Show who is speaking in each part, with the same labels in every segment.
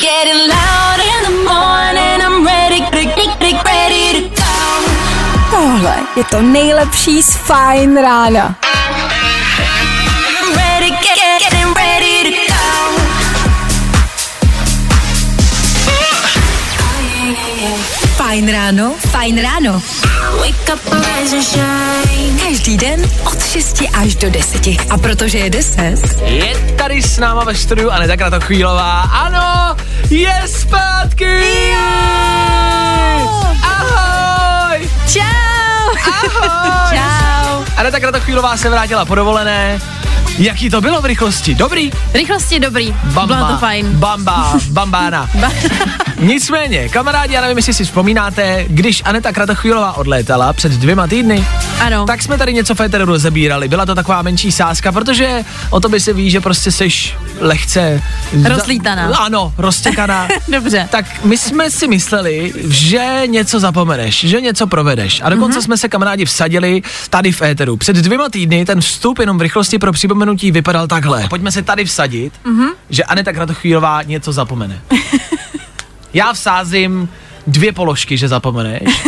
Speaker 1: getting loud in the morning. I'm ready, ready, ready, ready to go.
Speaker 2: Tohle je to nejlepší z Fajn rána.
Speaker 1: I'm ready, get, get, getting ready to go.
Speaker 3: Fajn ráno, fajn ráno.
Speaker 1: Wake up, rise and shine.
Speaker 3: Každý den od 6 až do 10. A protože je 10,
Speaker 4: Je tady s náma ve studiu Anetka to chvílová. Ano, je zpátky! Ahoj!
Speaker 3: čau!
Speaker 4: Ahoj!
Speaker 3: Čau.
Speaker 4: Anetka to chvílová se vrátila po dovolené. Jaký to bylo v rychlosti? Dobrý?
Speaker 5: Rychlost je dobrý,
Speaker 4: Bamba,
Speaker 5: bylo to fajn.
Speaker 4: Bamba, bambána. Nicméně, kamarádi, já nevím, jestli si vzpomínáte, když Aneta Kratochvílová odlétala před dvěma týdny,
Speaker 3: No.
Speaker 5: Ano.
Speaker 4: tak jsme tady něco Féteru rozebírali. Byla to taková menší sázka, protože o tobě se ví, že prostě seš lehce... za-
Speaker 5: Rozlítaná.
Speaker 4: Ano, roztěkaná.
Speaker 5: Dobře.
Speaker 4: Tak my jsme si mysleli, že něco zapomeneš, že něco provedeš. A dokonce mm-hmm. jsme se kamarádi vsadili tady v éteru. Před dvěma týdny ten vstup jenom v rychlosti pro připomenutí vypadal takhle. Pojďme se tady vsadit, mm-hmm. že Aneta Kratochvílová něco zapomene. Já vsázím dvě položky, že zapomeneš.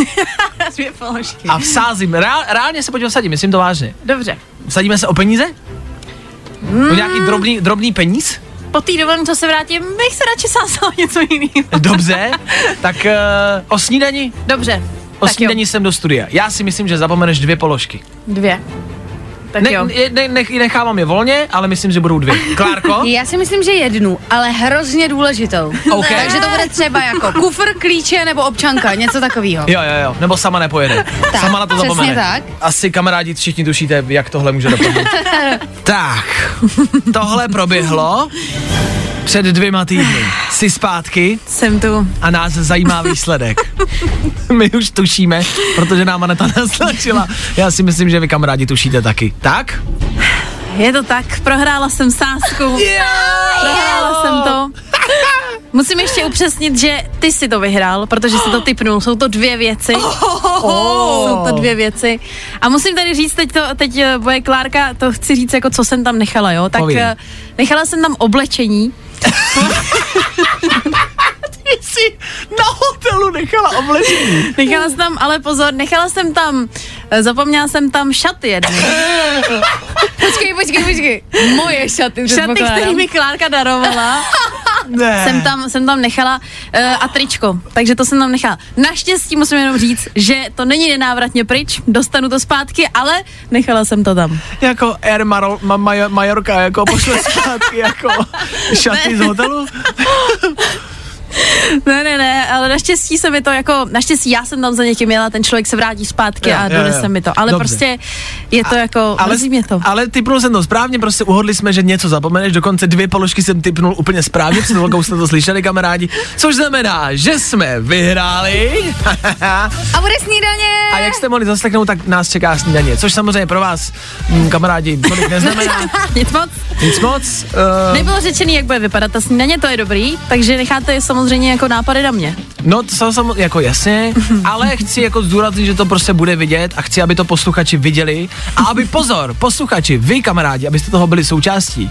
Speaker 5: Dvě položky.
Speaker 4: A vsázím, reál, reálně se pojďme vsadit, myslím to vážně.
Speaker 5: Dobře.
Speaker 4: Vsadíme se o peníze?
Speaker 5: Hmm.
Speaker 4: O nějaký drobný, drobný peníz?
Speaker 5: Po té dovolené, co se vrátím, bych se radši sázela něco jiného.
Speaker 4: Dobře, tak uh, o snídani?
Speaker 5: Dobře.
Speaker 4: O
Speaker 5: tak jo.
Speaker 4: snídani jsem do studia. Já si myslím, že zapomeneš dvě položky.
Speaker 5: Dvě. Tak
Speaker 4: Ne,
Speaker 5: jo.
Speaker 4: ne, ne, nech- nechávám je volně, ale myslím, že budou dvě. Klárko?
Speaker 6: Já si myslím, že jednu, ale hrozně důležitou.
Speaker 4: OK.
Speaker 6: Takže to bude třeba jako kufr, klíče nebo občanka, něco takového.
Speaker 4: Jo, jo, jo, nebo sama nepojede.
Speaker 6: Tak,
Speaker 4: sama na to
Speaker 6: přesně
Speaker 4: zapomene.
Speaker 6: tak.
Speaker 4: Asi kamarádi všichni tušíte, jak tohle může dopadnout. tak, tohle proběhlo před dvěma týdny. Jsi zpátky
Speaker 5: Jsem tu.
Speaker 4: a nás zajímá výsledek. My už tušíme, protože nám Aneta naznačila. Já si myslím, že vy kamarádi tušíte taky. Tak?
Speaker 5: Je to tak, prohrála jsem sázku. Prohrála jsem to. Musím ještě upřesnit, že ty si to vyhrál, protože si to typnul. Jsou to dvě věci. Jsou to dvě věci. A musím tady říct, teď, to, teď eh, moje Klárka, to chci říct, jako co jsem tam nechala, jo? Tak
Speaker 4: Povídej.
Speaker 5: eh, nechala jsem tam oblečení.
Speaker 4: Ty jsi na hotelu nechala oblečení.
Speaker 5: Nechala jsem tam, ale pozor, nechala jsem tam, eh, zapomněla jsem tam šaty jedny.
Speaker 6: Počkej, počkej, počkej. Moje šaty,
Speaker 5: Šaty,
Speaker 6: předpokládám.
Speaker 5: které mi Klárka darovala.
Speaker 4: Ne.
Speaker 5: jsem tam, jsem tam nechala uh, a tričko, takže to jsem tam nechala. Naštěstí musím jenom říct, že to není nenávratně pryč, dostanu to zpátky, ale nechala jsem to tam.
Speaker 4: jako Air Marol, ma, Majo- Majorka, jako pošle zpátky jako šaty z hotelu.
Speaker 5: Ne, ne, ne, ale naštěstí se mi to jako, naštěstí já jsem tam za někým jela, ten člověk se vrátí zpátky
Speaker 4: Jo,
Speaker 5: a
Speaker 4: jo, jo.
Speaker 5: donese mi to, ale
Speaker 4: Dobře.
Speaker 5: prostě je to jako, ale, mrzí mě to.
Speaker 4: ale typnul jsem to správně, prostě uhodli jsme, že něco zapomeneš, dokonce dvě položky jsem typnul úplně správně, před velkou jste to slyšeli kamarádi, což znamená, že jsme vyhráli
Speaker 6: A bude snídaně.
Speaker 4: a jak jste mohli zaslechnout, tak nás čeká snídaně, což samozřejmě pro vás, mm, kamarádi, tolik neznamená
Speaker 5: Nic moc.
Speaker 4: nic moc. eh,
Speaker 5: Nebylo řečený, jak bude vypadat ta snídaně, to je dobrý, takže necháte je samozřejmě jako nápady na mě.
Speaker 4: No, to jsem sam, jako jasně, ale chci jako zdůraznit, že to prostě bude vidět a chci, aby to posluchači viděli a aby pozor, posluchači, vy kamarádi, abyste toho byli součástí.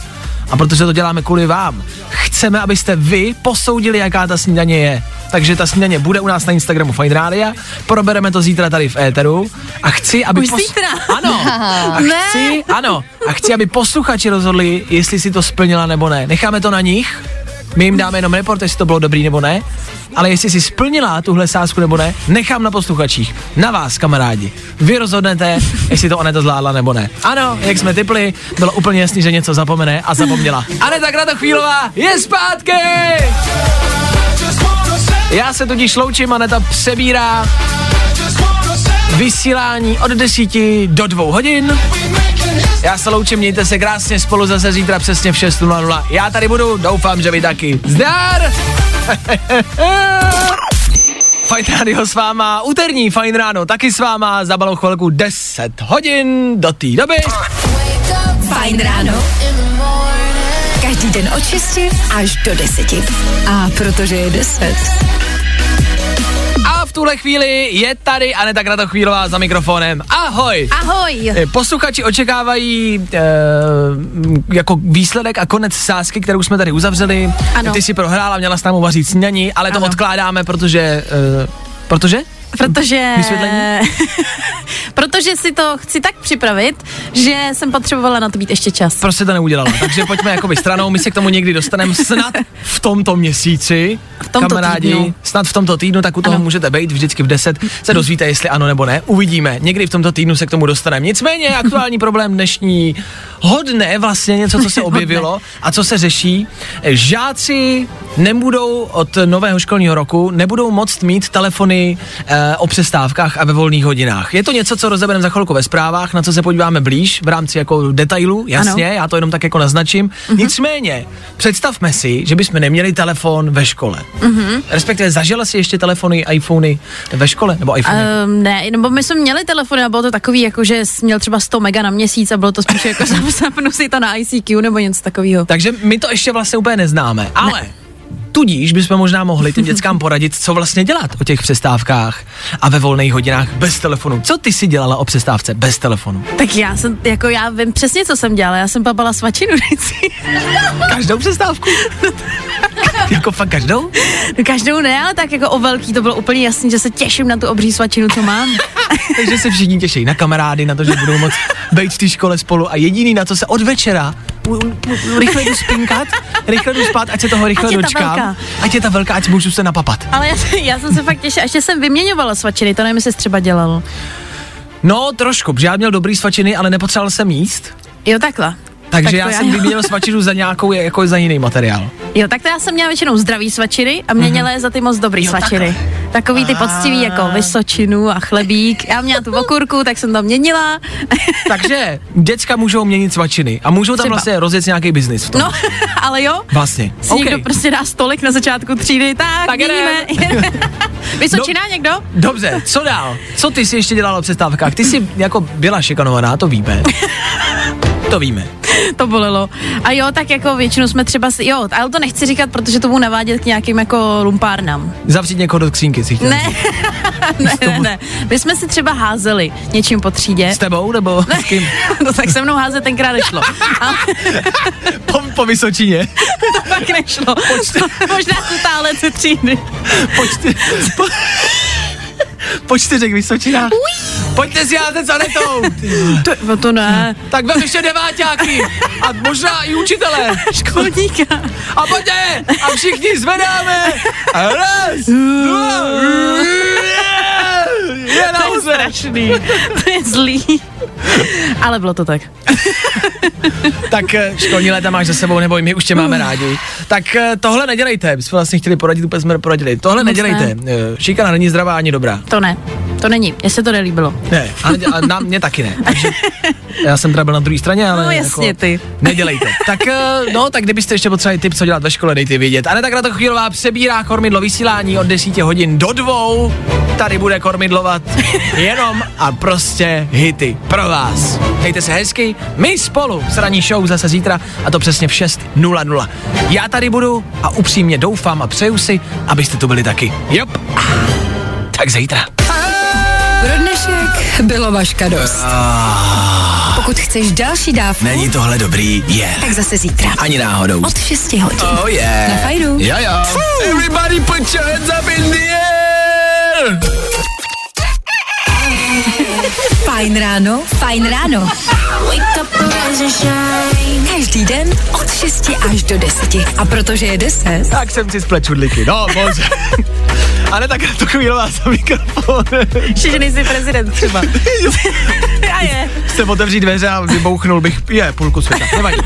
Speaker 4: A protože to děláme kvůli vám, chceme, abyste vy posoudili, jaká ta snídaně je. Takže ta snídaně bude u nás na Instagramu Fine Radio, probereme to zítra tady v éteru a chci, aby...
Speaker 5: Už zítra?
Speaker 4: Ano. A chci, ano. A chci, aby posluchači rozhodli, jestli si to splnila nebo ne. Necháme to na nich. My jim dáme jenom report, jestli to bylo dobrý nebo ne. Ale jestli si splnila tuhle sázku nebo ne, nechám na posluchačích. Na vás, kamarádi. Vy rozhodnete, jestli to Aneta zvládla nebo ne. Ano, jak jsme typli, bylo úplně jasný, že něco zapomene a zapomněla. Aneta Kratochvílová je zpátky! Já se tudíž loučím, Aneta přebírá vysílání od 10 do 2 hodin. Já se loučím, mějte se krásně spolu zase zítra přesně v 6.00. Já tady budu, doufám, že vy taky. Zdar! Fajn rádio s váma, úterní fajn ráno taky s váma, za malou chvilku 10 hodin, do té doby.
Speaker 3: Fajn ráno. Každý den od 6 až do 10. A protože je 10,
Speaker 4: A v v tuhle chvíli je tady Aneta Kratochvílová za mikrofonem. Ahoj!
Speaker 5: Ahoj.
Speaker 4: Eh, Posluchači očekávají eh, m, jako výsledek a konec sázky, kterou jsme tady uzavřeli.
Speaker 5: Ano.
Speaker 4: Ty si prohrála, měla s námi uvařit snídaní, ale to
Speaker 5: Ano.
Speaker 4: odkládáme, protože... Eh, protože?
Speaker 5: Protože...
Speaker 4: Vysvětlení?
Speaker 5: protože si to chci tak připravit, že jsem potřebovala na to být ještě čas.
Speaker 4: Prostě to neudělala. Takže pojďme jakoby stranou, my se k tomu někdy dostaneme snad v tomto měsíci. V
Speaker 5: tomto
Speaker 4: kamarádi,
Speaker 5: týdnu.
Speaker 4: snad v tomto týdnu, tak u toho ano. můžete být vždycky v 10. Se dozvíte, jestli ano nebo ne. Uvidíme. Někdy v tomto týdnu se k tomu dostaneme. Nicméně aktuální problém dnešní hodné vlastně něco, co se objevilo a co se řeší. Žáci nebudou od nového školního roku nebudou moct mít telefony eh, o přestávkách a ve volných hodinách. Je to něco, co rozebereme za chvilku ve zprávách, na co se podíváme blíž v rámci jako detailů, jasně, ano. já to jenom tak jako naznačím. Mm-hmm. Nicméně, představme si, že bychom neměli telefon ve škole. Mm-hmm. Respektive zažila si ještě telefony, iPhony ve škole? Nebo iPhony? Uh,
Speaker 5: Um, ne, nebo my jsme měli telefony a bylo to takový, jako že jsi měl třeba 100 mega na měsíc a bylo to spíš jako zap- zapnu si to na ICQ nebo něco takového.
Speaker 4: Takže my to ještě vlastně úplně neznáme, ale... Ne. Tudíž bychom možná mohli těm dětskám poradit, co vlastně dělat o těch přestávkách a ve volných hodinách bez telefonu. Co ty si dělala o přestávce bez telefonu?
Speaker 5: Tak já jsem, jako já vím přesně, co jsem dělala, já jsem papala svačinu vždycky.
Speaker 4: Každou přestávku? jako fakt každou?
Speaker 5: No každou ne, ale tak jako o velký to bylo úplně jasný, že se těším na tu obří svačinu, co mám.
Speaker 4: Takže se všichni těší na kamarády, na to, že budou moc být v té škole spolu a jediný, na co se od večera pu- pu- pu- rychle jdu spinkat, rychle jdu spát, ať se toho rychle
Speaker 5: Ať je ta
Speaker 4: dočkám.
Speaker 5: velká.
Speaker 4: Ať je ta velká, ať můžu se napapat.
Speaker 5: Ale já, já jsem se fakt těšila, ještě jsem vyměňovala svačiny, to nevím, jestli jsi třeba dělal.
Speaker 4: No trošku, protože já měl dobrý svačiny, ale nepotřeboval jsem jíst.
Speaker 5: Jo, takhle.
Speaker 4: Takže
Speaker 5: Tak to
Speaker 4: já,
Speaker 5: já
Speaker 4: jsem
Speaker 5: jo.
Speaker 4: vyměnil svačinu za nějakou, jako za jiný materiál.
Speaker 5: Jo, tak to já jsem měla většinou zdravý svačiny a měnila je za ty moc dobrý svačiny. Takový ty poctivý jako vysočinu a chlebík. Já měla tu okurku, tak jsem to měnila.
Speaker 4: Takže děcka můžou měnit svačiny a můžou tam
Speaker 5: Třeba.
Speaker 4: vlastně rozjet nějaký biznis.
Speaker 5: No, ale jo,
Speaker 4: Vlastně.
Speaker 5: si okay. někdo prostě dá stolik na začátku třídy, tak,
Speaker 4: Tak
Speaker 5: tak
Speaker 4: jdem.
Speaker 5: měníme. Vysočina někdo?
Speaker 4: Dobře, co dál? Co ty jsi ještě dělala o přestávkách? Ty jsi jako byla šikanovaná, to víme. To víme.
Speaker 5: To bolelo. A jo, tak jako většinou jsme třeba si, jo, ale to nechci říkat, protože to budu navádět k nějakým jako lumpárnám.
Speaker 4: Zavřít někoho do skřínky si chtěl.
Speaker 5: Ne.
Speaker 4: říct.
Speaker 5: Ne, ne, ne. My jsme si třeba házeli něčím po třídě.
Speaker 4: S tebou nebo s kým?
Speaker 5: No tak se mnou házet tenkrát nešlo. Ale
Speaker 4: Po, po Vysočině.
Speaker 5: to pak nešlo. Možná to tále ty třídy.
Speaker 4: Po, čty, po, po čtyřech Vysočinách. Pojďte si házet za netou.
Speaker 5: To, no to ne.
Speaker 4: Tak vem ještě deváťáky. A možná i učitele.
Speaker 5: Školníka.
Speaker 4: A pojďte. A všichni zvedáme. A raz, dva, je
Speaker 5: To je
Speaker 4: nahoře.
Speaker 5: strašný. To je zlý. Ale bylo to tak.
Speaker 4: Tak eh, školní léta máš za sebou, neboj, my už tě máme rádi. Tak eh, tohle nedělejte, my jsme vlastně chtěli poradit, úplně jsme poradili. Tohle nedělejte, Eh, šikana není zdravá ani dobrá.
Speaker 5: To ne. To není. Mně se to nelíbilo.
Speaker 4: Ne, ale dě- a na mě taky ne. Takže já jsem teda byl na druhé straně, ale
Speaker 5: No jasně
Speaker 4: jako,
Speaker 5: ty.
Speaker 4: Nedělejte. Tak eh, no, tak kdybyste ještě potřebovali tip, co dělat ve škole, dejte vědět. Ale tak na to chvílová přebírá kormidlo vysílání od 10 hodin do dvou. Tady bude kormidlovat jenom a prostě hity pro vás. Dejte se hezky, my spolu s ranní show zase zítra a to přesně v 6.00. Já tady budu a upřímně doufám a přeju si, abyste tu byli taky. Jop. Tak zítra.
Speaker 3: Pro dnešek bylo vaška dost. Pokud chceš další dávku,
Speaker 7: Ah. Není tohle dobrý? Je. Yeah.
Speaker 3: tak zase zítra.
Speaker 7: Ani náhodou.
Speaker 3: Od 6 hodin.
Speaker 7: Oh yeah.
Speaker 3: Na fajdu.
Speaker 7: Jo jo. Everybody put your hands up in the air.
Speaker 3: Fajn ráno, fajn ráno.
Speaker 1: Wake up and rise and shine.
Speaker 3: Každý den od 6 až do 10. A protože je 10,
Speaker 4: Tak jsem si splet čudliky, no bože. Ale tak to chvílová za mikrofon.
Speaker 5: Ještě, že nejsi prezident třeba. A je.
Speaker 4: Jsem otevří dveře a vybouchnul bych, je, půlku světa, nevadí.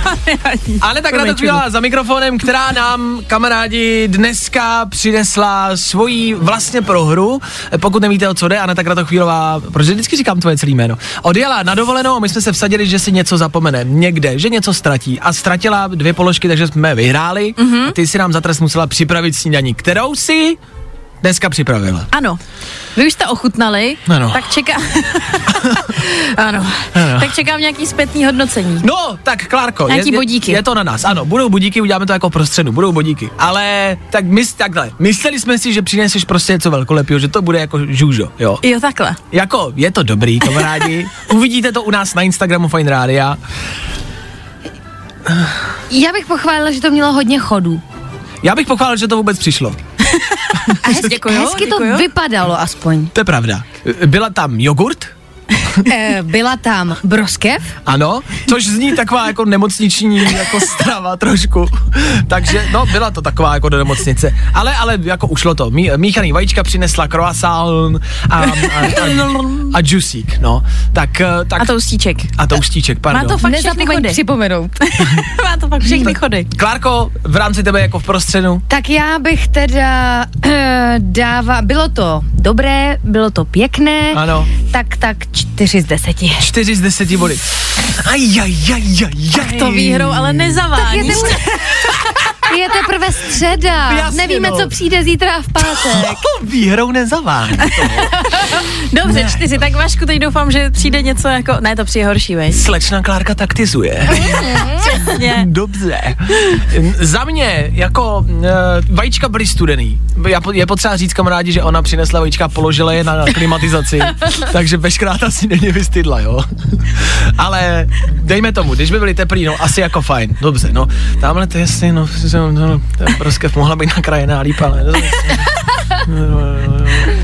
Speaker 4: Ale tak to chvílová za mikrofonem, která nám, kamarádi, dneska přinesla svoji vlastně prohru. Pokud nevíte, o co jde, Aneta tak chvílová, protože vždycky říkám tvoje celé jméno. Odjela na dovolenou a my jsme se vsadili, že si něco zapomene někde, že něco ztratí. A ztratila dvě položky, takže jsme vyhráli. Mm-hmm. Ty si nám za trest musela připravit snídaní, kterou si Dneska připravila.
Speaker 5: Ano, vy už jste ochutnali,
Speaker 4: Ano.
Speaker 5: tak čeká... ano.
Speaker 4: Ano.
Speaker 5: tak čekám nějaký zpětný hodnocení.
Speaker 4: No, tak Klárko,
Speaker 5: Nějaký
Speaker 4: je, je-
Speaker 5: bodíky.
Speaker 4: je to na nás. Ano, budou bodíky, uděláme to jako prostředu, budou bodíky. Ale tak my, takhle, mysleli jsme si, že přineseš prostě něco velkolepého, že to bude jako žůžo, jo.
Speaker 5: Jo, takhle.
Speaker 4: Jako, je to dobrý, kamarádi. Uvidíte to u nás na Instagramu Fine Rádia.
Speaker 6: Já bych pochválila, že to mělo hodně chodů.
Speaker 4: Já bych pochválil, že to vůbec přišlo.
Speaker 6: A hezky,
Speaker 5: Děkuju,
Speaker 6: hezky
Speaker 5: děkuju.
Speaker 6: to vypadalo aspoň.
Speaker 4: To je pravda. Byla tam jogurt,
Speaker 3: Eh,
Speaker 6: E, byla tam broskev,
Speaker 4: ano, což zní taková jako nemocniční jako strava trošku. Takže, no, byla to taková jako do nemocnice. Ale, ale jako ušlo to. Mí, míchaný vajíčka přinesla croissant a, a, a, a džusík, no. Tak, eh, tak,
Speaker 5: A toustíček.
Speaker 4: a toustíček,
Speaker 5: Má
Speaker 4: pardon.
Speaker 5: to fakt všechny
Speaker 6: nezapomeň
Speaker 5: chody.
Speaker 6: připomenout.
Speaker 5: Má to fakt všechny chody.
Speaker 4: Klárko, v rámci tebe jako v prostředu.
Speaker 6: Tak já bych teda eh, dává, bylo to dobré, bylo to pěkné,
Speaker 4: Ano.
Speaker 6: tak tak čtyři z deseti.
Speaker 4: Čtyři z deseti body. Aj, aj, aj, aj, aj.
Speaker 5: To výhrou ale
Speaker 6: Je,
Speaker 5: nezavádíš.
Speaker 6: teprve, je teprve středa,
Speaker 4: Jasně,
Speaker 6: nevíme,
Speaker 4: no.
Speaker 6: co přijde zítra a v pátek.
Speaker 4: Výhrou nezavání.
Speaker 5: Dobře, čtyři, tak Vašku, teď doufám, že přijde něco jako... Ne, to přijde horší, veď.
Speaker 4: Slečna Klárka taktizuje.
Speaker 5: Přesně.
Speaker 4: Dobře. Za mě, jako uh, vajíčka byly studený. Já, po- je potřeba říct kamarádi, že ona přinesla vajíčka, položila je na klimatizaci, takže veškerá ta si není vystydla, jo. Ale dejme tomu, když by byly teplý, no asi jako fajn, dobře, no. Tamhle to jestli, no, no, no ta broskev mohla být nakrajená líp, ale...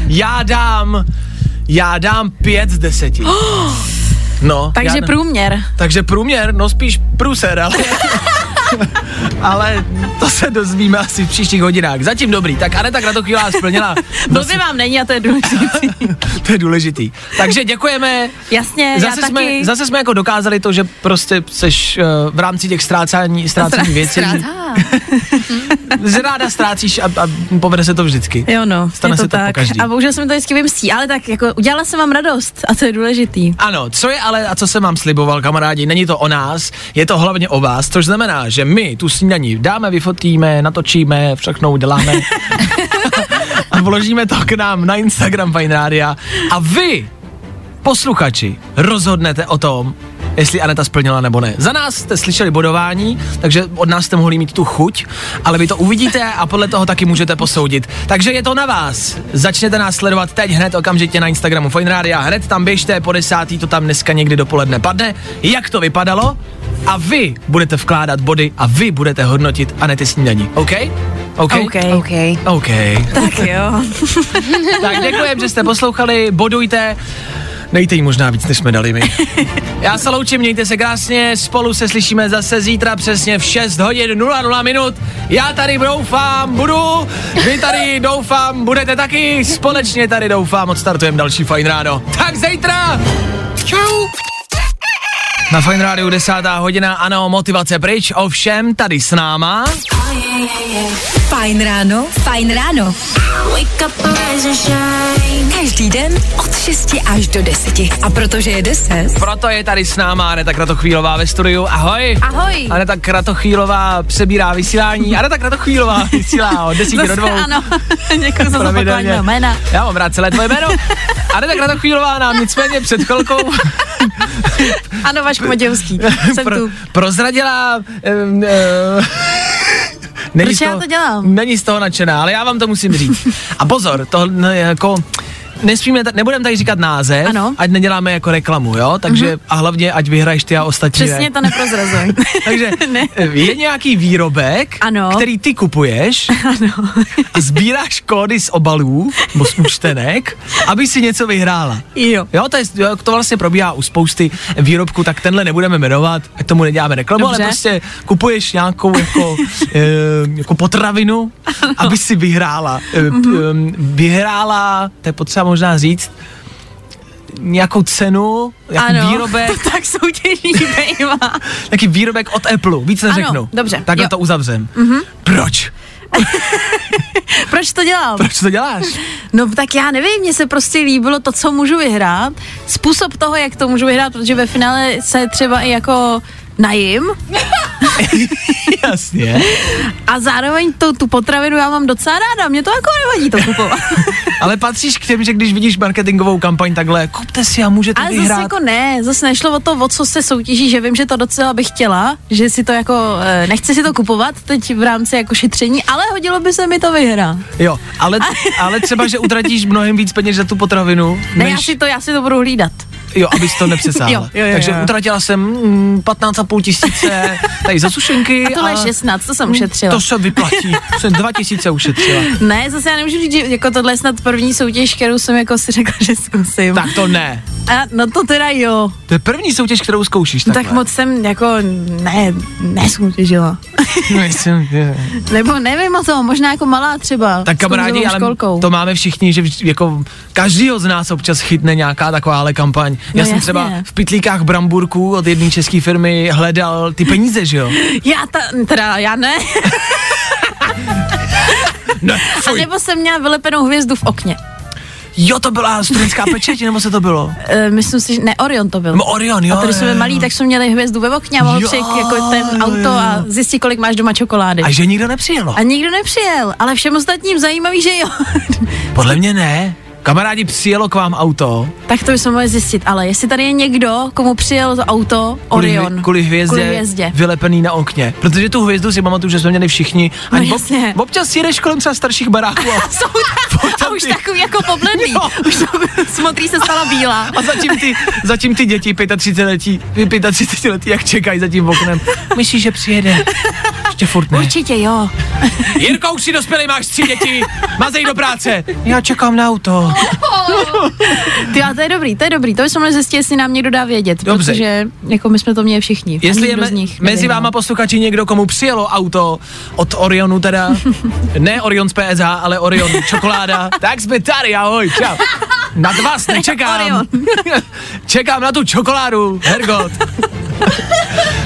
Speaker 4: Já dám, já dám pět z deseti. No, já
Speaker 5: Takže
Speaker 4: dám-
Speaker 5: průměr.
Speaker 4: takže průměr, no spíš průser, ale... ale to se dozvíme asi v příštích hodinách. Zatím dobrý. Tak Aneta Kratochvílá splnila.
Speaker 5: Blbě vám není a to je důležité.
Speaker 4: to je důležitý. Takže děkujeme.
Speaker 5: Jasně,
Speaker 4: Zase
Speaker 5: já
Speaker 4: jsme,
Speaker 5: taky.
Speaker 4: zase jsme jako dokázali to, že prostě seš uh, v rámci těch ztrácání, ztrácení věcí. že ráda ztrácíš a, a povede se to vždycky.
Speaker 5: Jo no,
Speaker 4: Stane
Speaker 5: je to,
Speaker 4: se to
Speaker 5: tak.
Speaker 4: pokaždý.
Speaker 5: a bohužel jsem to vždycky vymstí, ale tak jako udělala jsem vám radost a to je důležitý.
Speaker 4: Ano, co je ale a co jsem vám sliboval, kamarádi, není to o nás, je to hlavně o vás, což znamená, že my tu snídaní dáme, vyfotíme, natočíme, všechno uděláme a vložíme to k nám na Instagram Fine Rádia a vy, posluchači, rozhodnete o tom, jestli Aneta splnila nebo ne. Za nás jste slyšeli bodování, takže od nás jste mohli mít tu chuť, ale vy to uvidíte a podle toho taky můžete posoudit. Takže je to na vás. Začněte nás sledovat teď hned okamžitě na Instagramu Fine Radio, hned tam běžte, po desátý to tam dneska někdy dopoledne padne, jak to vypadalo a vy budete vkládat body a vy budete hodnotit Anety snídaní. OK? OK?
Speaker 5: Okay.
Speaker 6: OK.
Speaker 4: OK.
Speaker 5: Tak jo.
Speaker 4: Tak děkujem, že jste poslouchali, bodujte. Dejte jí možná víc, než jsme dali my. Já se loučím, mějte se krásně, spolu se slyšíme zase zítra přesně v 6 hodin 00 minut. Já tady doufám, budu, vy tady doufám, budete taky, společně tady doufám, odstartujeme další Fajn ráno. Tak zítra! Čau! Na Fajn rádiu 10. hodina, ano, motivace pryč, ovšem tady s náma.
Speaker 2: Fajn ráno, fajn ráno.
Speaker 1: Wake up, rise and shine.
Speaker 2: Každý den od 6 až do 10. A protože je 10,
Speaker 4: Proto je tady s náma Aneta Kratochvílová ve studiu. Ahoj.
Speaker 5: Ahoj.
Speaker 4: Aneta Kratochvílová přebírá vysílání. Aneta Kratochvílová vysílá od 10 do 2.
Speaker 5: ano, děkuji za zopakování
Speaker 4: Pravidelně.
Speaker 5: mého jména.
Speaker 4: Já mám rád celé tvoje jméno. Aneta Kratochvílová nám nicméně před chvilkou
Speaker 5: Ano, Vašku Matějovský, jsem
Speaker 4: pro,
Speaker 5: tu.
Speaker 4: prozradila... Um, uh, Není
Speaker 5: Proč
Speaker 4: z
Speaker 5: já
Speaker 4: toho-
Speaker 5: to dělám?
Speaker 4: Není z toho nadšená, ale já vám to musím říct. A pozor, to ne, jako... Nesmíme, ta- nebudeme tady říkat název,
Speaker 5: Ano. Mhm.
Speaker 4: ať neděláme jako reklamu, jo? Takže a hlavně, ať vyhraješ ty a ostatní. ne.
Speaker 5: Přesně to neprozrazuj.
Speaker 4: Takže
Speaker 5: Ne.
Speaker 4: je nějaký výrobek,
Speaker 5: Ano.
Speaker 4: který ty kupuješ a sbíráš kódy z obalů nebo z účtenek, aby si něco vyhrála.
Speaker 5: jo.
Speaker 4: Jo, to, je, jo, to vlastně probíhá u spousty výrobků, tak tenhle nebudeme jmenovat, ať tomu neděláme reklamu,
Speaker 5: Dobře.
Speaker 4: ale prostě kupuješ nějakou jako, e, jako potravinu, aby si vyhrála. E, p,
Speaker 5: Mhm.
Speaker 4: e, vyhrála, to je potřeba možná říct, nějakou cenu, nějaký
Speaker 5: Ano,
Speaker 4: výrobek,
Speaker 5: to tak soutěžní bývá.
Speaker 4: Nějaký výrobek od Apple, víc neřeknu.
Speaker 5: dobře,
Speaker 4: Takhle
Speaker 5: jo. Mhm.
Speaker 4: to uzavřem. Proč?
Speaker 5: Proč to dělám?
Speaker 4: Proč to děláš?
Speaker 5: No tak já nevím, mně se prostě líbilo to, co můžu vyhrát, způsob toho, jak to můžu vyhrát, protože ve finále se třeba i jako najím
Speaker 4: Jasně.
Speaker 5: a zároveň tu, tu potravinu já mám docela ráda, mě to jako nevadí to kupovat.
Speaker 4: Ale patříš k těm, že když vidíš marketingovou kampaň takhle, kupte si a můžete
Speaker 5: Ale zase
Speaker 4: vyhrát.
Speaker 5: jako ne, zase nešlo o to, o co se soutěží, že vím, že to docela bych chtěla, že si to jako, eh, nechci si to kupovat teď v rámci jako šetření, ale hodilo by se mi to vyhrát.
Speaker 4: Jo, ale, ale třeba, že utratíš mnohem víc peněz za tu potravinu,
Speaker 5: Ne,
Speaker 4: než...
Speaker 5: já si to, já si to budu hlídat.
Speaker 4: Jo, abys to nepřesáhla.
Speaker 5: Jo, jo, jo,
Speaker 4: Takže
Speaker 5: jo.
Speaker 4: utratila jsem mm, 15,5 tisíce tady za sušenky.
Speaker 5: A tohle je 16, to jsem ušetřila.
Speaker 4: To se vyplatí. jsem 2 tisíce ušetřila.
Speaker 5: Ne, zase já nemůžu říct, že jako tohle je snad první soutěž, kterou jsem jako si řekla, že zkusím.
Speaker 4: Tak to ne.
Speaker 5: A, no to teda jo.
Speaker 4: To je první soutěž, kterou zkoušíš
Speaker 5: Tak,
Speaker 4: takhle.
Speaker 5: moc jsem jako ne, nesoutěžila.
Speaker 4: No, jsem, že-
Speaker 5: Nebo nevím o tom, možná jako malá třeba.
Speaker 4: tak
Speaker 5: s kouzlovou
Speaker 4: kamarádi, ale
Speaker 5: školkou.
Speaker 4: to máme všichni, že vž- jako každýho z nás občas chytne nějaká takováhle kampaň. Já
Speaker 5: No
Speaker 4: jsem
Speaker 5: jasně.
Speaker 4: třeba v pitlíkách Bramburku od jedné české firmy hledal ty peníze, že jo?
Speaker 5: Já ta, teda já ne.
Speaker 4: Ne,
Speaker 5: A
Speaker 4: fuj.
Speaker 5: nebo jsem měla vylepenou hvězdu v okně.
Speaker 4: Jo, to byla studentská pečeť, nebo se to bylo?
Speaker 5: E, myslím si, že ne, Orion to byl.
Speaker 4: No, Orion, jo.
Speaker 5: a tady jsme
Speaker 4: jo,
Speaker 5: byli
Speaker 4: jo.
Speaker 5: malí, tak jsme měli hvězdu ve okně a mohl
Speaker 4: Jo,
Speaker 5: přijít jako ten auto a zjistit, kolik máš doma čokolády.
Speaker 4: A že nikdo nepřijelo.
Speaker 5: A nikdo nepřijel, ale všem ostatním zajímavý, že jo.
Speaker 4: Podle mě ne. Kamarádi, přijelo k vám auto.
Speaker 5: tak to bychom mohli zjistit, ale jestli tady je někdo, komu přijel to auto Orion.
Speaker 4: Kvůli, kvůli, hvězdě,
Speaker 5: Kvůli hvězdě.
Speaker 4: vylepený na okně. Protože tu hvězdu si pamatuju, že jsme měli všichni.
Speaker 5: No
Speaker 4: Ani
Speaker 5: jasně.
Speaker 4: občas jdeš kolem třeba starších baráků a,
Speaker 5: Jsou tam, a už
Speaker 4: ty-
Speaker 5: takový jako pobledlý.
Speaker 4: Jo.
Speaker 5: Už jsou, z modrý se stala bílá.
Speaker 4: a zatím, ty, zatím ty děti 35 letí, 35 letí, jak čekají za tím oknem. Myslíš, že přijede? Ještě furt ne.
Speaker 5: Určitě jo.
Speaker 4: Jirko, už si dospělý, máš tři děti, mazej do práce. Já čekám na auto.
Speaker 5: Ty, a to je dobrý, to je dobrý. To bychom mohli zjistit, jestli nám někdo dá vědět.
Speaker 4: Dobře.
Speaker 5: Protože jako my jsme to měli všichni. A
Speaker 4: Jestli je
Speaker 5: nikdo
Speaker 4: me-
Speaker 5: z nich
Speaker 4: mezi
Speaker 5: nevyhrál.
Speaker 4: váma posluchači někdo, komu přijelo auto od Orionu teda, ne Orion z PSH, ale Orion čokoláda, tak jsme tady, ahoj, čau. Na vás nečekám.
Speaker 5: Orion.
Speaker 4: Čekám na tu čokoládu, Hergot.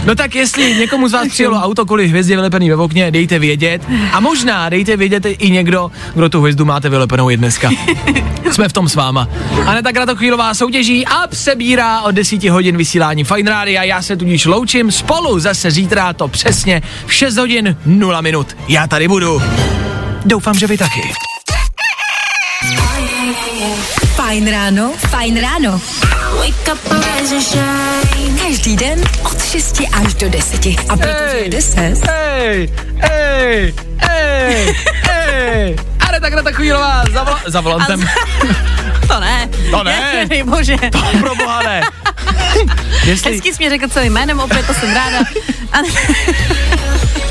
Speaker 4: No tak jestli někomu z vás přijelo auto kvůli hvězdě vylepený ve okně, dejte vědět. A možná dejte vědět i někdo, kdo tu hvězdu máte vylepenou i dneska. Jsme v tom s váma. Aneta Kratochvílová soutěží a přebírá od 10 hodin vysílání Fine Rádia. Já se tudíž loučím spolu zase zítra to přesně v 6 hodin 0 minut. Já tady budu. Doufám, že vy taky.
Speaker 3: Fajn ráno, fajn ráno.
Speaker 1: Wake up and rise and shine.
Speaker 3: Každý den od 6 až do 10. A protože je 10,
Speaker 4: Hej, hej, hej, hej. Aneta Kratochvílová za, vola- za volantem.
Speaker 5: To ne.
Speaker 4: To ne.
Speaker 5: Jej, bože.
Speaker 4: Pro boha ne. Jestli
Speaker 5: Hezky jsi mě řekl celým jménem, opět to jsem ráda. A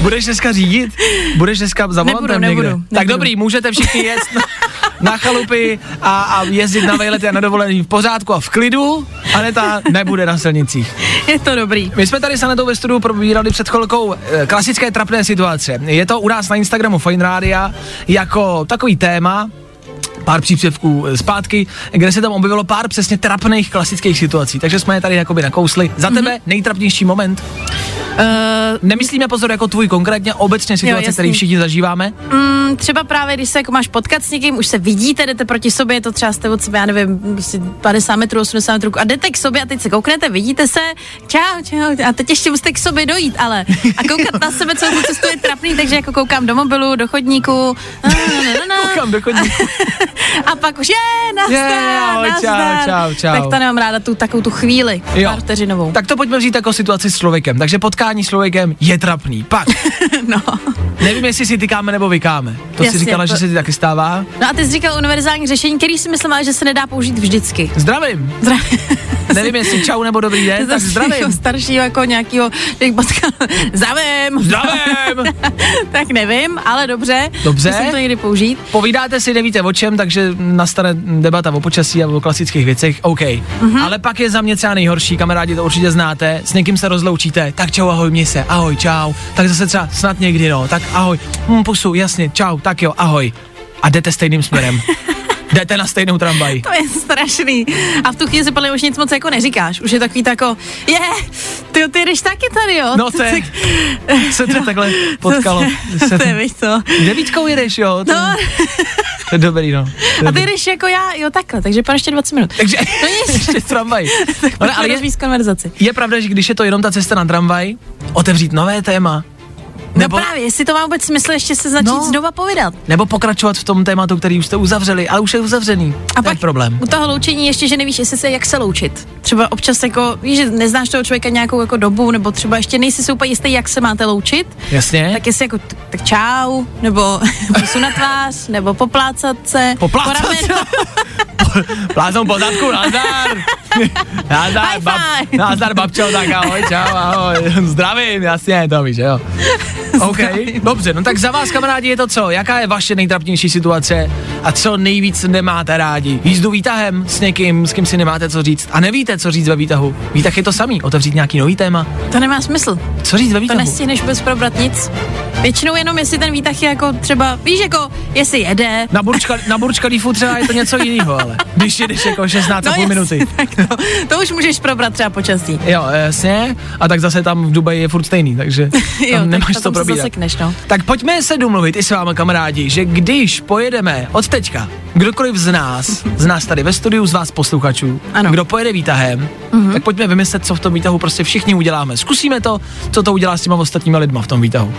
Speaker 4: budeš dneska řídit, budeš dneska za
Speaker 5: Nebudu,
Speaker 4: volantem
Speaker 5: nebudu,
Speaker 4: někde.
Speaker 5: nebudu.
Speaker 4: Tak dobrý, můžete všichni jet na, na chalupy a, a jezdit na vejlety a na dovolení v pořádku a v klidu, ale ta nebude na silnicích.
Speaker 5: je to dobrý.
Speaker 4: My jsme tady s Anetou ve studiu probírali před chvilkou eh, klasické trapné situace. Je to u nás na Instagramu Fine Rádia jako takový téma, pár příspěvků eh, zpátky, kde se tam objevilo pár přesně trapných klasických situací. Takže jsme je tady jakoby nakousli. Za
Speaker 5: Mhm.
Speaker 4: tebe mm-hmm. nejtrapnější moment?
Speaker 5: Uh,
Speaker 4: Nemyslíme pozor jako tvůj konkrétně, obecně situace,
Speaker 5: jasný.
Speaker 4: které všichni zažíváme.
Speaker 5: Mm, třeba právě, když se jako máš potkat s někým, už se vidíte, jdete proti sobě, je to třeba jste od sebe, já nevím, prostě 50 metrů, 80 metrů a jdete k sobě a teď se kouknete, vidíte se, čau, čau, a teď ještě musíte k sobě dojít, ale a koukat na sebe celou tu cestu je trapný, takže jako koukám do mobilu, do chodníku, na, na, na, na,
Speaker 4: Koukám do chodníku.
Speaker 5: a pak už je, nazdar,
Speaker 4: Je, ahoj, čau,
Speaker 5: nazdar.
Speaker 4: čau, čau.
Speaker 5: Tak to nemám ráda, tu takovou tu chvíli,
Speaker 4: Jo.
Speaker 5: pár vteřinovou.
Speaker 4: Tak to pojďme vzít jako situaci s člověkem. Takže potkání s člověkem je trapný. Pak,
Speaker 5: no.
Speaker 4: nevím, jestli si tykáme nebo vykáme. To si
Speaker 5: Jasně,
Speaker 4: říkala,
Speaker 5: to-
Speaker 4: že se ti taky stává.
Speaker 5: no a ty jsi říkal univerzální řešení, který si myslím, ale že se nedá použít vždycky.
Speaker 4: Zdravím.
Speaker 5: Zdra-
Speaker 4: Nevím, jestli čau nebo dobrý den, tak
Speaker 5: Zase jako
Speaker 4: zdravím.
Speaker 5: staršího jako nějakýho, jak potkal, zavím.
Speaker 4: Zdravím!
Speaker 5: tak nevím, ale dobře.
Speaker 4: Dobře.
Speaker 5: Musím to někdy použít.
Speaker 4: Povídáte si, nevíte o čem, takže nastane debata o počasí a o klasických věcech, OK.
Speaker 5: Mhm.
Speaker 4: Mm-hmm. Ale pak je za mě třeba nejhorší, kamarádi to určitě znáte, s někým se rozloučíte, tak čau, ahoj, měj se, ahoj, čau, tak zase třeba snad někdy, no, tak ahoj, hm, pusu, jasně, čau, tak jo, ahoj. A jdete stejným směrem. Jdete na stejnou tramvaj.
Speaker 5: To je strašný. A v tu chvíli si podle mě už nic moc jako neříkáš. Už je takový tak jako, je, ty, jo, ty jdeš taky tady, jo.
Speaker 4: No to je, se to takhle potkalo.
Speaker 5: No, To,
Speaker 4: Se
Speaker 5: to je, víš co.
Speaker 4: Devítkou jedeš, jo? To,
Speaker 5: No.
Speaker 4: to je dobrý, no. To je
Speaker 5: A ty
Speaker 4: dobrý.
Speaker 5: jdeš jako já, jo takhle, takže pan ještě 20 minut.
Speaker 4: Takže
Speaker 5: No nic.
Speaker 4: ještě tramvaj.
Speaker 5: Ale,
Speaker 4: Ale, ale je,
Speaker 5: konverzaci.
Speaker 4: je pravda, že když je to jenom ta cesta na tramvaj, otevřít nové téma,
Speaker 5: Nebo...
Speaker 4: nebo,
Speaker 5: No právě, jestli to má vůbec smysl ještě se začít
Speaker 4: No.
Speaker 5: no. znova povídat.
Speaker 4: nebo pokračovat v tom tématu, který už jste uzavřeli, ale už je uzavřený.
Speaker 5: A
Speaker 4: to je
Speaker 5: pak
Speaker 4: problém.
Speaker 5: u toho loučení ještě, že nevíš, jestli se jak se loučit. Třeba občas jako, víš, že neznáš toho člověka nějakou jako dobu, nebo třeba ještě nejsi si úplně jistý, jak se máte loučit.
Speaker 4: Jasně.
Speaker 5: Tak jestli jako, t- tak čau, nebo pusu na tvář, nebo poplácat se.
Speaker 4: Poplácat
Speaker 5: po ramenu.
Speaker 4: Láznou pozadku, nazdar! nazdar,
Speaker 5: High
Speaker 4: bab,
Speaker 5: five.
Speaker 4: nazdar, babčo, tak ahoj, čau, ahoj. Zdravím, jasně, to víš, jo. OK, dobře, no tak za vás, kamarádi, je to co? Jaká je vaše nejtrapnější situace a co nejvíc nemáte rádi? Jízdu výtahem s někým, s kým si nemáte co říct a nevíte, co říct ve výtahu. Výtah je to samý, otevřít nějaký nový téma.
Speaker 5: To nemá smysl.
Speaker 4: Co říct ve
Speaker 5: To
Speaker 4: výtahu?
Speaker 5: nestihneš vůbec probrat nic. Většinou jenom, jestli ten výtah je jako třeba, víš, jako, jestli jede,
Speaker 4: Na burčka, na burčka lífu třeba je to něco jiného, ale když jedeš jako 16,5
Speaker 5: No jasně,
Speaker 4: minuty.
Speaker 5: Tak to, to už můžeš probrat třeba počasí.
Speaker 4: Jo, jasně. A tak zase tam v Dubaji je furt stejný, takže tam
Speaker 5: Jo, tak
Speaker 4: nemáš
Speaker 5: potom
Speaker 4: co
Speaker 5: se
Speaker 4: probírat.
Speaker 5: zasekneš, no.
Speaker 4: Tak pojďme se domluvit i s vámi, kamarádi, že když pojedeme od teďka, kdokoliv z nás, z nás tady ve studiu, z vás posluchačů,
Speaker 5: Ano. Mhm.
Speaker 4: kdo pojede výtahem, mm-hmm. tak pojďme vymyslet, co v tom výtahu prostě všichni uděláme. Zkusíme to, co to udělá s těma ostatníma lidma v tom výtahu.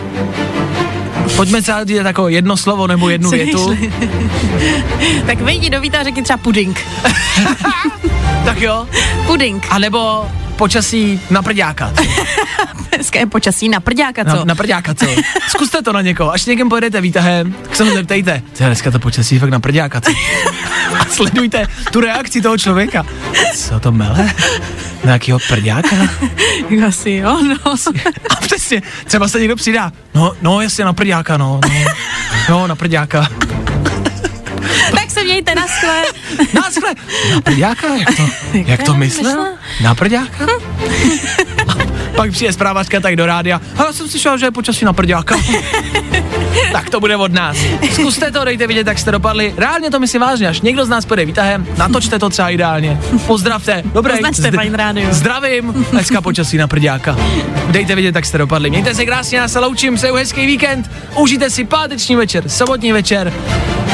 Speaker 4: Pojďme třeba dělat jako jedno slovo nebo jednu větu.
Speaker 5: Tak vejdi do víta a řekni třeba puding.
Speaker 4: Tak jo.
Speaker 5: Puding.
Speaker 4: A nebo počasí na prďáka.
Speaker 5: Dneska je počasí na prďáka, co?
Speaker 4: Na, na prďáka, co? Zkuste to na někoho, až někam pojedete výtahem, tak se mu zeptejte. Co dneska to počasí je fakt na prďáka, co? A sledujte tu reakci toho člověka. Co to mele? Na jakýho prďáka?
Speaker 5: Asi jo, no.
Speaker 4: A přesně, třeba se někdo přidá. No, no jasně, na prďáka, no. No, no na prďáka.
Speaker 5: tak se mějte na skle.
Speaker 4: Náschle! Na prďáka? Jak to, jak to
Speaker 5: já
Speaker 4: myslel?
Speaker 5: myslel?
Speaker 4: Na prďáka? Pak přijde zprávačka tak do rádia. A já jsem slyšel, že je počasí na prďáka. tak to bude od nás. Zkuste to, dejte vidět, jak jste dopadli. Reálně to myslím vážně, až někdo z nás půjde výtahem, natočte to třeba ideálně. Pozdravte, dobré.
Speaker 5: Označte Fajn rádio.
Speaker 4: Zdravím, dneska počasí na prďáka. Dejte vidět, jak jste dopadli. Mějte se krásně, já se loučím, přeju hezký víkend. Užijte si páteční večer, sobotní večer.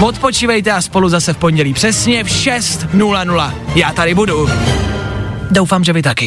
Speaker 4: Odpočívejte a spolu zase v pondělí přesně v 6.00. Já tady budu. Doufám, že vy taky.